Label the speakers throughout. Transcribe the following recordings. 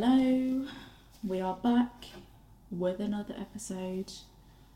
Speaker 1: Hello, we are back with another episode.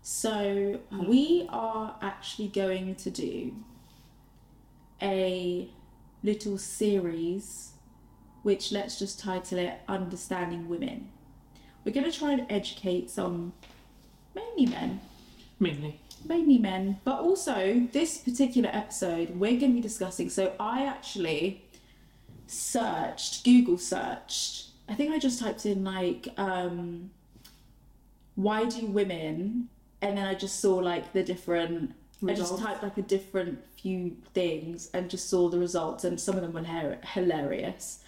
Speaker 1: So, we are actually going to do a little series which let's just title it Understanding Women. We're going to try and educate some mainly men,
Speaker 2: Mainly.
Speaker 1: mainly men, but also this particular episode we're going to be discussing. So, I actually searched, Google searched. I think I just typed in like, um, why do women? And then I just saw like the different. I
Speaker 2: Results.
Speaker 1: just typed like a different few things and just saw the results, and some of them were hilar- hilarious.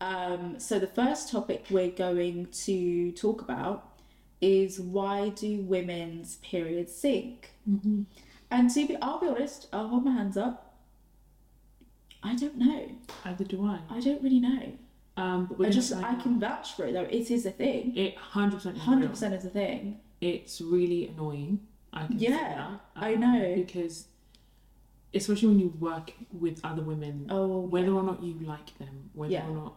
Speaker 1: Um, so the first topic we're going to talk about is why do women's periods sink?
Speaker 2: Mm-hmm.
Speaker 1: And to be, I'll be honest, I'll hold my hands up. I don't know.
Speaker 2: Either do I.
Speaker 1: I don't really know.
Speaker 2: Um, but we're
Speaker 1: I
Speaker 2: gonna
Speaker 1: just
Speaker 2: find
Speaker 1: I
Speaker 2: out.
Speaker 1: can vouch for it though. It is a thing.
Speaker 2: It hundred percent.
Speaker 1: Hundred percent is a thing.
Speaker 2: It's really annoying. I can say
Speaker 1: Yeah,
Speaker 2: that,
Speaker 1: I
Speaker 2: um,
Speaker 1: know.
Speaker 2: because, especially when you work with other women,
Speaker 1: Oh,
Speaker 2: whether or not you like them, whether
Speaker 1: Yeah.
Speaker 2: or not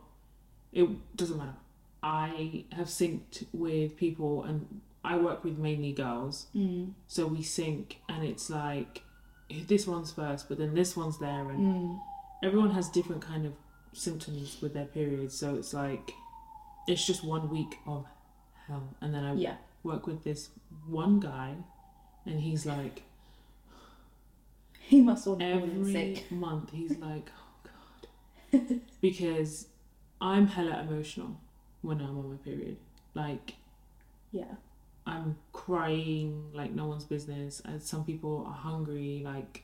Speaker 2: it doesn't matter. I have synced with people, and I work with mainly girls,
Speaker 1: mm,
Speaker 2: so we sync, and it's like this one's first, but then this one's there, and
Speaker 1: mm,
Speaker 2: everyone has different kind of symptoms with their periods so it's like it's just one week of hell and then i
Speaker 1: yeah.
Speaker 2: work with this one guy and he's like
Speaker 1: He must all know
Speaker 2: every
Speaker 1: women sick.
Speaker 2: month he's like oh god because i'm hella emotional when i'm on my period like
Speaker 1: Yeah.
Speaker 2: i'm crying like no one's business and some people are hungry like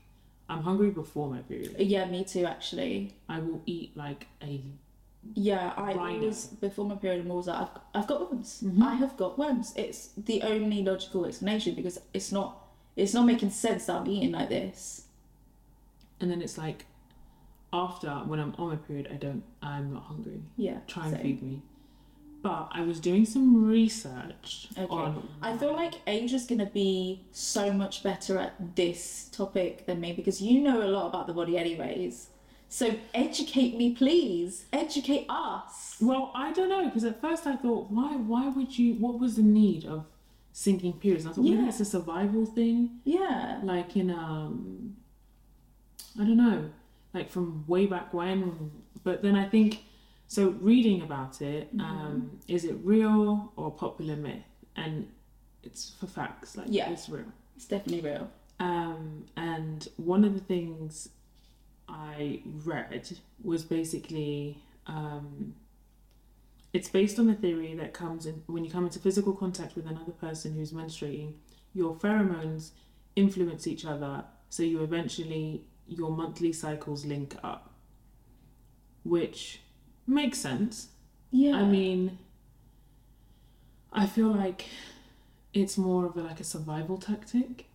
Speaker 2: i'm hungry before my period
Speaker 1: Yeah, me too actually.
Speaker 2: i will eat like a
Speaker 1: Yeah, I
Speaker 2: Rhino.
Speaker 1: always before my period I'm always like I've, I've got worms.
Speaker 2: Mhm.
Speaker 1: I have got worms. It's the only logical explanation because it's not it's not making sense that I'm eating like this.
Speaker 2: and then it's like after when I'm on my period, I don't, I'm not hungry.
Speaker 1: Yeah.
Speaker 2: Try and
Speaker 1: so-
Speaker 2: feed me. But I was doing some research
Speaker 1: Okay.
Speaker 2: on.
Speaker 1: I feel like Asia's gonna be so much better at this topic than me because you know a lot about the body, anyways. So educate me, please. Educate us.
Speaker 2: Well, I don't know because at first I thought, why, why would you? What was the need of sinking periods? I thought
Speaker 1: Yeah.
Speaker 2: maybe it's a survival thing,
Speaker 1: Yeah.
Speaker 2: like in um, I don't know, like from way back when. But then I think so. Reading about it,
Speaker 1: Mm-hmm.
Speaker 2: um, is it real or popular myth? And it's for facts, like
Speaker 1: Yeah.
Speaker 2: it's real.
Speaker 1: It's definitely real.
Speaker 2: Um, and one of the things I read was basically um, it's based on the theory that comes in when you come into physical contact with another person who's menstruating, your pheromones influence each other, so you eventually your monthly cycles link up, which makes sense.
Speaker 1: Yeah.
Speaker 2: I mean, I feel like it's more of a, like a survival tactic.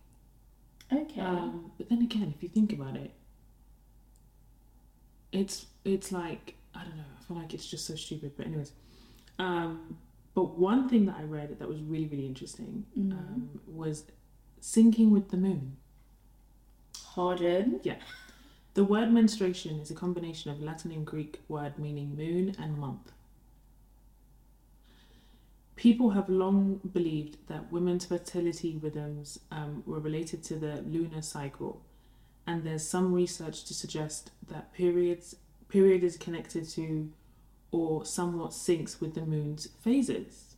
Speaker 1: okay.
Speaker 2: Um, but then again, if you think about it, it's it's like I don't know. I feel like it's just so stupid. But anyways, um, but one thing that I read that was really really interesting
Speaker 1: Mm.
Speaker 2: um, was syncing with the moon.
Speaker 1: Harden.
Speaker 2: The word menstruation is a combination of Latin and Greek word meaning moon and month. People have long believed that women's fertility rhythms um, were related to the lunar cycle, and there's some research to suggest that periods period is connected to or somewhat syncs with the moon's phases.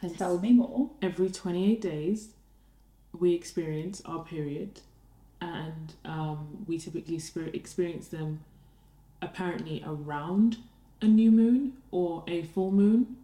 Speaker 2: Hence,
Speaker 1: Tell me more.
Speaker 2: every 28 days we experience our period and um, we typically sper- experience them apparently around a new moon or a full moon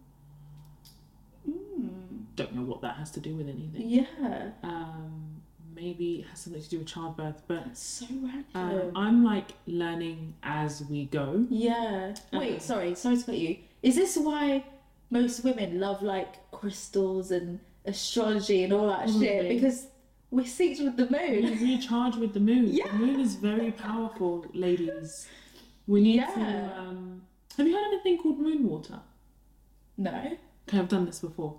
Speaker 1: Mm.
Speaker 2: don't know what that has to do with anything
Speaker 1: Yeah.
Speaker 2: um, maybe it has something to do with childbirth but
Speaker 1: That's so random.
Speaker 2: um, i'm like learning as we go
Speaker 1: yeah.
Speaker 2: Okay.
Speaker 1: Wait. Sorry. Sorry to cut you. Is this why most women love like crystals and astrology and all that shit?
Speaker 2: Probably.
Speaker 1: Because we're synced with the
Speaker 2: we
Speaker 1: moon.
Speaker 2: recharge with the moon
Speaker 1: Yeah.
Speaker 2: the moon is very powerful ladies we need
Speaker 1: Yeah.
Speaker 2: to um, have you heard of a thing called moon water
Speaker 1: No.
Speaker 2: Okay, I've done this before.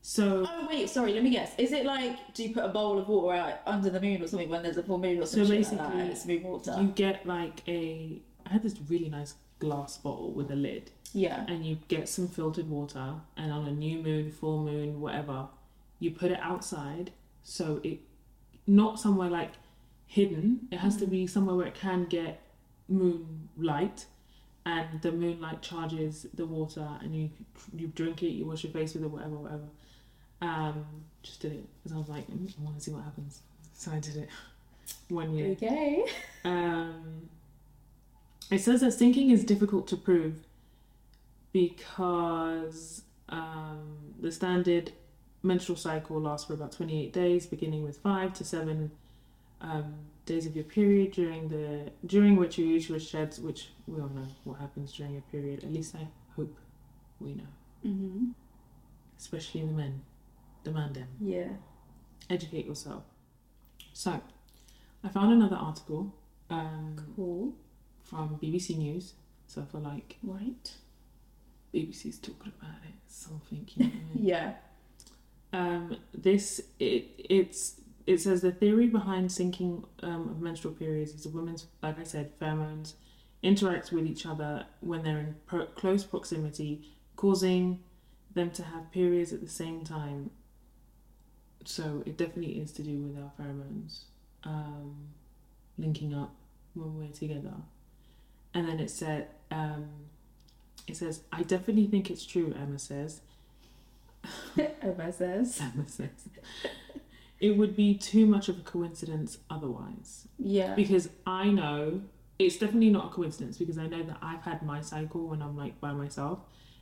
Speaker 2: So,
Speaker 1: Oh wait, sorry. Let me guess. Is it like do you put a bowl of water out under the moon or something when there's a full moon or
Speaker 2: So
Speaker 1: something? So basically,
Speaker 2: basically,
Speaker 1: it's moon water.
Speaker 2: you get like a. I had this really nice glass bottle with a lid
Speaker 1: Yeah.
Speaker 2: and you get some filtered water and on a new moon full moon whatever you put it outside so it not somewhere like hidden it has to be somewhere where it can get moonlight and the moonlight charges the water and you you drink it you wash your face with it whatever whatever um just did it because i was like "Mm, i want to see what happens so i did it one year
Speaker 1: Okay.
Speaker 2: um, it says that sinking is difficult to prove because um, the standard menstrual cycle lasts for about 28 days, beginning with five to seven um, days of your period, during the during which your uterus sheds, which we all know what happens during your period. At least I hope we know,
Speaker 1: hmm
Speaker 2: especially the men, the man them
Speaker 1: Yeah.
Speaker 2: educate yourself. So, I found another article um,
Speaker 1: Cool.
Speaker 2: from BBC News. So I feel like
Speaker 1: Right.
Speaker 2: BBC's talking about it, something. You know what I mean?
Speaker 1: Yeah.
Speaker 2: um, this it it's it says the theory behind sinking um, of menstrual periods is the women's, like I said, pheromones interact with each other when they're in pro- close proximity, causing them to have periods at the same time. So it definitely is to do with our pheromones um, linking up when we're together. And then it said, um, it says, I definitely think it's true. Emma says.
Speaker 1: Emma says.
Speaker 2: Emma says. It would be too much of a coincidence otherwise.
Speaker 1: Yeah.
Speaker 2: Because I know it's definitely not a coincidence because I know that I've had my cycle when I'm like by myself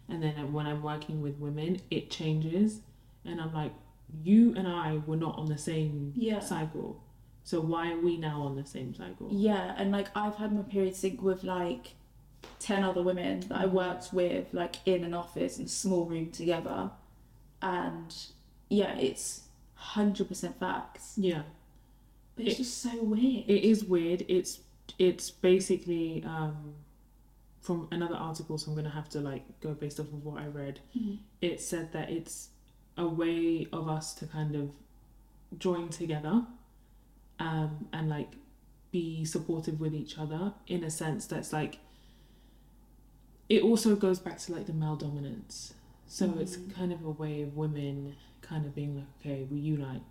Speaker 2: and then when I'm working with women, it changes and I'm like, you and I were not on the same
Speaker 1: Yeah.
Speaker 2: cycle. So why are we now on the same cycle?
Speaker 1: Yeah, and like I've had my period sync with like 10 other women that
Speaker 2: Mm-hmm.
Speaker 1: I worked with, like in an office in a small room together. And yeah, it's 100% facts.
Speaker 2: Yeah.
Speaker 1: But it's
Speaker 2: It-
Speaker 1: just so weird.
Speaker 2: It is weird. It's it's basically um, from another article, so I'm gonna have to like go based off of what I read.
Speaker 1: Mhm.
Speaker 2: It said that it's a way of us to kind of join together um, and like be supportive with each other in a sense that's like it also goes back to like the male dominance. So it's
Speaker 1: Mhm.
Speaker 2: kind of a way of women kind of being like, okay, we unite,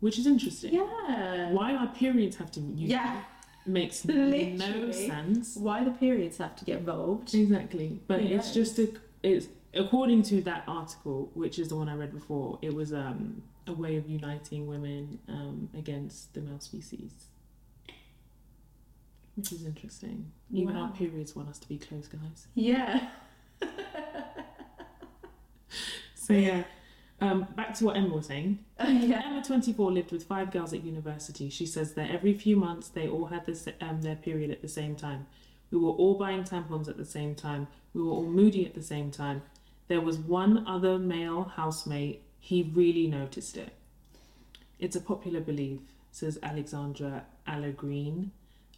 Speaker 2: which is interesting.
Speaker 1: yeah.
Speaker 2: Why our periods have to unite
Speaker 1: Yeah.
Speaker 2: makes
Speaker 1: Literally.
Speaker 2: no sense.
Speaker 1: Why the periods have to get involved.
Speaker 2: Exactly, but
Speaker 1: Yeah.
Speaker 2: it's just a it's according to that article, which is the one I read before. It was um a way of uniting women um against the male species, which is interesting. Even
Speaker 1: Wow.
Speaker 2: our periods want us to be close, guys.
Speaker 1: Yeah.
Speaker 2: So yeah. Um, back to what Emma was saying.
Speaker 1: yeah.
Speaker 2: Emma, 24, lived with five girls at university. She says that every few months they all had this, um, their period at the same time. We were all buying tampons at the same time. We were all moody at the same time. There was one other male housemate. He really noticed it. It's a popular belief, says Alexandra Allegreen,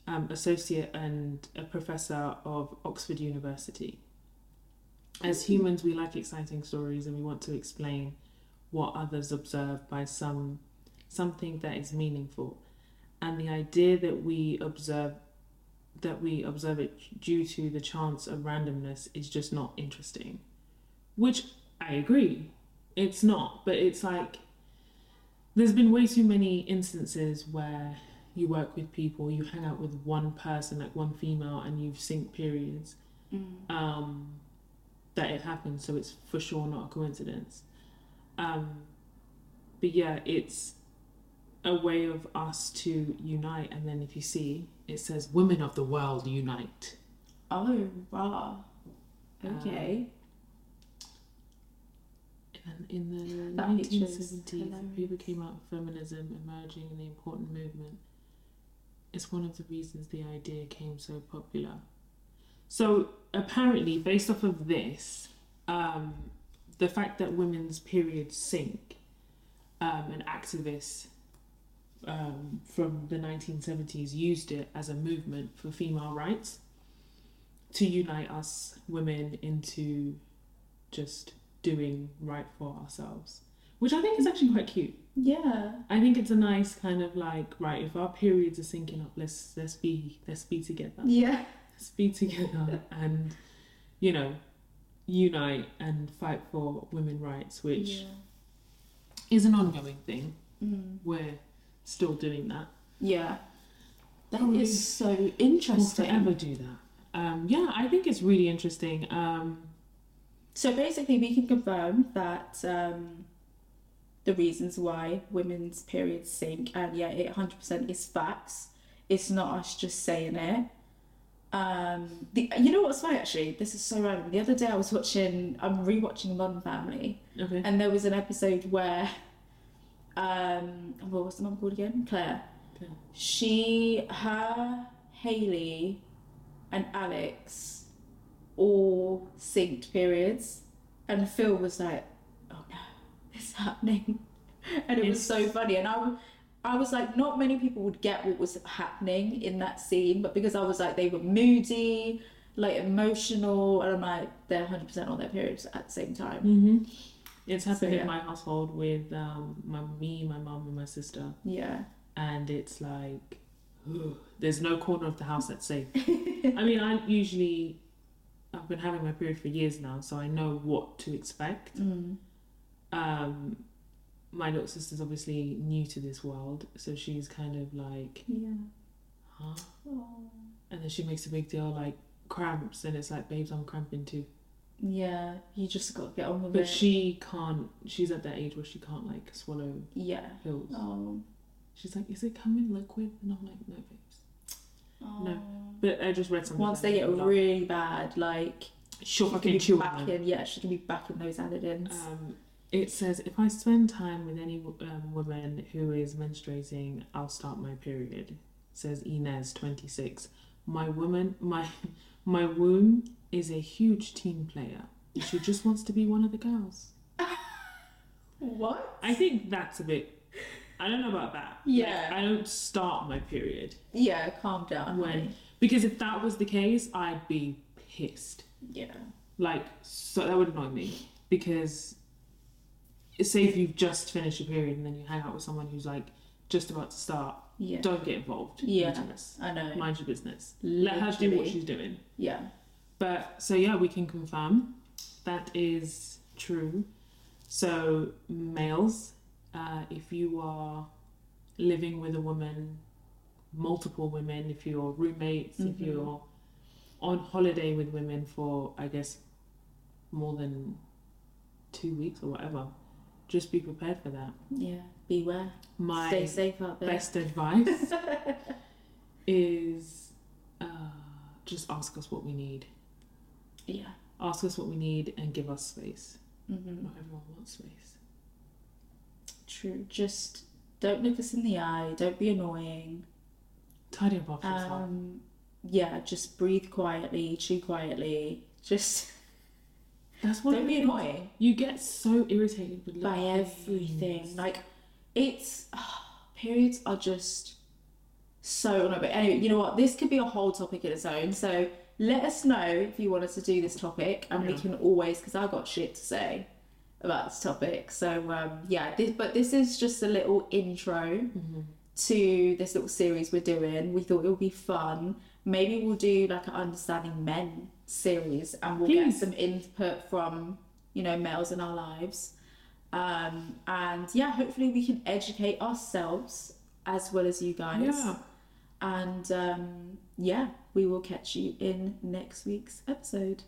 Speaker 2: um, associate and a professor of Oxford University. As humans, we like exciting stories and we want to explain what others observe by some something that is meaningful and the idea that we observe that we observe it due to the chance of randomness is just not interesting which i agree it's not but it's like there's been way too many instances where you work with people you hang out with one person like one female and you sync periods um, that it happened, so it's for sure not a coincidence. Um, but yeah, it's a way of us to unite, and then if you see, it says "Women of the World Unite."
Speaker 1: Oh, wow. Okay.
Speaker 2: And in the
Speaker 1: That picture is
Speaker 2: 1970s,
Speaker 1: hilarious.
Speaker 2: people came out with feminism emerging in the important movement. It's one of the reasons the idea came so popular. So apparently, based off of this, um, the fact that women's periods sink, um, an activist um, from the 1970s used it as a movement for female rights to unite us women into just doing right for ourselves, which I think is actually quite cute.
Speaker 1: yeah.
Speaker 2: I think it's a nice kind of like right if our periods are syncing up, let's let's be let's be together.
Speaker 1: Yeah.
Speaker 2: speak together and, you know, unite and fight for women rights, which
Speaker 1: yeah.
Speaker 2: is an ongoing thing.
Speaker 1: Mm.
Speaker 2: We're still doing that.
Speaker 1: yeah. That
Speaker 2: Probably
Speaker 1: is so
Speaker 2: We'll
Speaker 1: interesting.
Speaker 2: forever do that. Um, yeah, I think it's really interesting. Um,
Speaker 1: So basically, we can confirm that um, the reasons why women's periods sink, and yeah, it 100% is facts. It's not us just saying it. Um, the, you know what's funny actually? This is so random. The other day I was watching, I'm rewatching Modern Family,
Speaker 2: okay.
Speaker 1: and there was an episode where, um, what was the mum called again? Claire.
Speaker 2: Claire.
Speaker 1: She, her, Haley, and Alex all synced periods, and Phil was like, "Oh no, it's happening," and it was so funny. And I, w- I was like, not many people would get what was happening in that scene, but because I was like, they were moody, like emotional, and I'm like, they're 100 percent on their periods at the same time.
Speaker 2: hmm It's happened
Speaker 1: So, yeah.
Speaker 2: in my household with um, my me, my mum, and my sister,
Speaker 1: Yeah.
Speaker 2: and it's like there's no corner of the house that's safe. I mean, I usually I've been having my period for years now, so I know what to expect.
Speaker 1: Mm.
Speaker 2: Um, my little sister's obviously new to this world, so she's kind of like,
Speaker 1: Yeah.
Speaker 2: huh?
Speaker 1: Oh.
Speaker 2: And then she makes a big deal like cramps, and it's like, babes, I'm cramping too.
Speaker 1: Yeah, you just got to get on with
Speaker 2: But
Speaker 1: it.
Speaker 2: she can't. She's at that age where she can't like swallow
Speaker 1: yeah.
Speaker 2: pills.
Speaker 1: Oh.
Speaker 2: She's like, is it coming liquid? And I'm like, no, babes. oh.
Speaker 1: No.
Speaker 2: But I just read something.
Speaker 1: Once they get really bad, like
Speaker 2: sure
Speaker 1: she can
Speaker 2: fucking
Speaker 1: be
Speaker 2: chewing.
Speaker 1: back in. Yeah, she can be back in those Anodins.
Speaker 2: Um, it says if I spend time with any um, woman who is menstruating, I'll start my period. Says Inez, twenty six. My woman, my my womb is a huge team player. She just wants to be one of the girls.
Speaker 1: what?
Speaker 2: I think that's a bit. I don't know about that.
Speaker 1: Yeah.
Speaker 2: Like, I don't start my period
Speaker 1: Yeah, calm down.
Speaker 2: when
Speaker 1: honey.
Speaker 2: because if that was the case, I'd be pissed.
Speaker 1: Yeah.
Speaker 2: Like, so that would annoy me because say if you've just finished your period and then you hang out with someone who's like just about to start,
Speaker 1: Yeah.
Speaker 2: don't get involved.
Speaker 1: Yeah.
Speaker 2: You do this.
Speaker 1: I know.
Speaker 2: Mind your business. Let her do what
Speaker 1: Literally.
Speaker 2: she's doing.
Speaker 1: yeah.
Speaker 2: But so yeah, we can confirm that is true. So males, uh, if you are living with a woman, multiple women, if you're roommates, if
Speaker 1: Mhm.
Speaker 2: you're on holiday with women for I guess more than two weeks or whatever, just be prepared for that.
Speaker 1: Yeah. Beware.
Speaker 2: My
Speaker 1: Stay safe out there.
Speaker 2: best advice is uh, just ask us what we need.
Speaker 1: Yeah.
Speaker 2: Ask us what we need and give us space.
Speaker 1: hmm
Speaker 2: Not everyone wants space.
Speaker 1: True. Just don't look us in the eye. Don't be annoying.
Speaker 2: Tidy up after yourself.
Speaker 1: Um. Yeah. Just breathe quietly. Chew quietly. Just
Speaker 2: That's what
Speaker 1: don't be annoying.
Speaker 2: You get so irritated with
Speaker 1: by
Speaker 2: little
Speaker 1: everything.
Speaker 2: things.
Speaker 1: Like, it's periods are just so annoying. But anyway, you know what? This could be a whole topic in its own. So let us know if you want us to do this topic, and we
Speaker 2: Yeah.
Speaker 1: can always because I got shit to say about this topic. So um, yeah, this, but this is just a little intro
Speaker 2: Mm-hmm.
Speaker 1: to this little series we're doing. We thought it would be fun. Maybe we'll do like an understanding men series, and we'll get
Speaker 2: Please.
Speaker 1: some input from you know males in our lives. Um, and yeah, hopefully we can educate ourselves as well as you guys.
Speaker 2: Yeah.
Speaker 1: And um, yeah, we will catch you in next week's episode.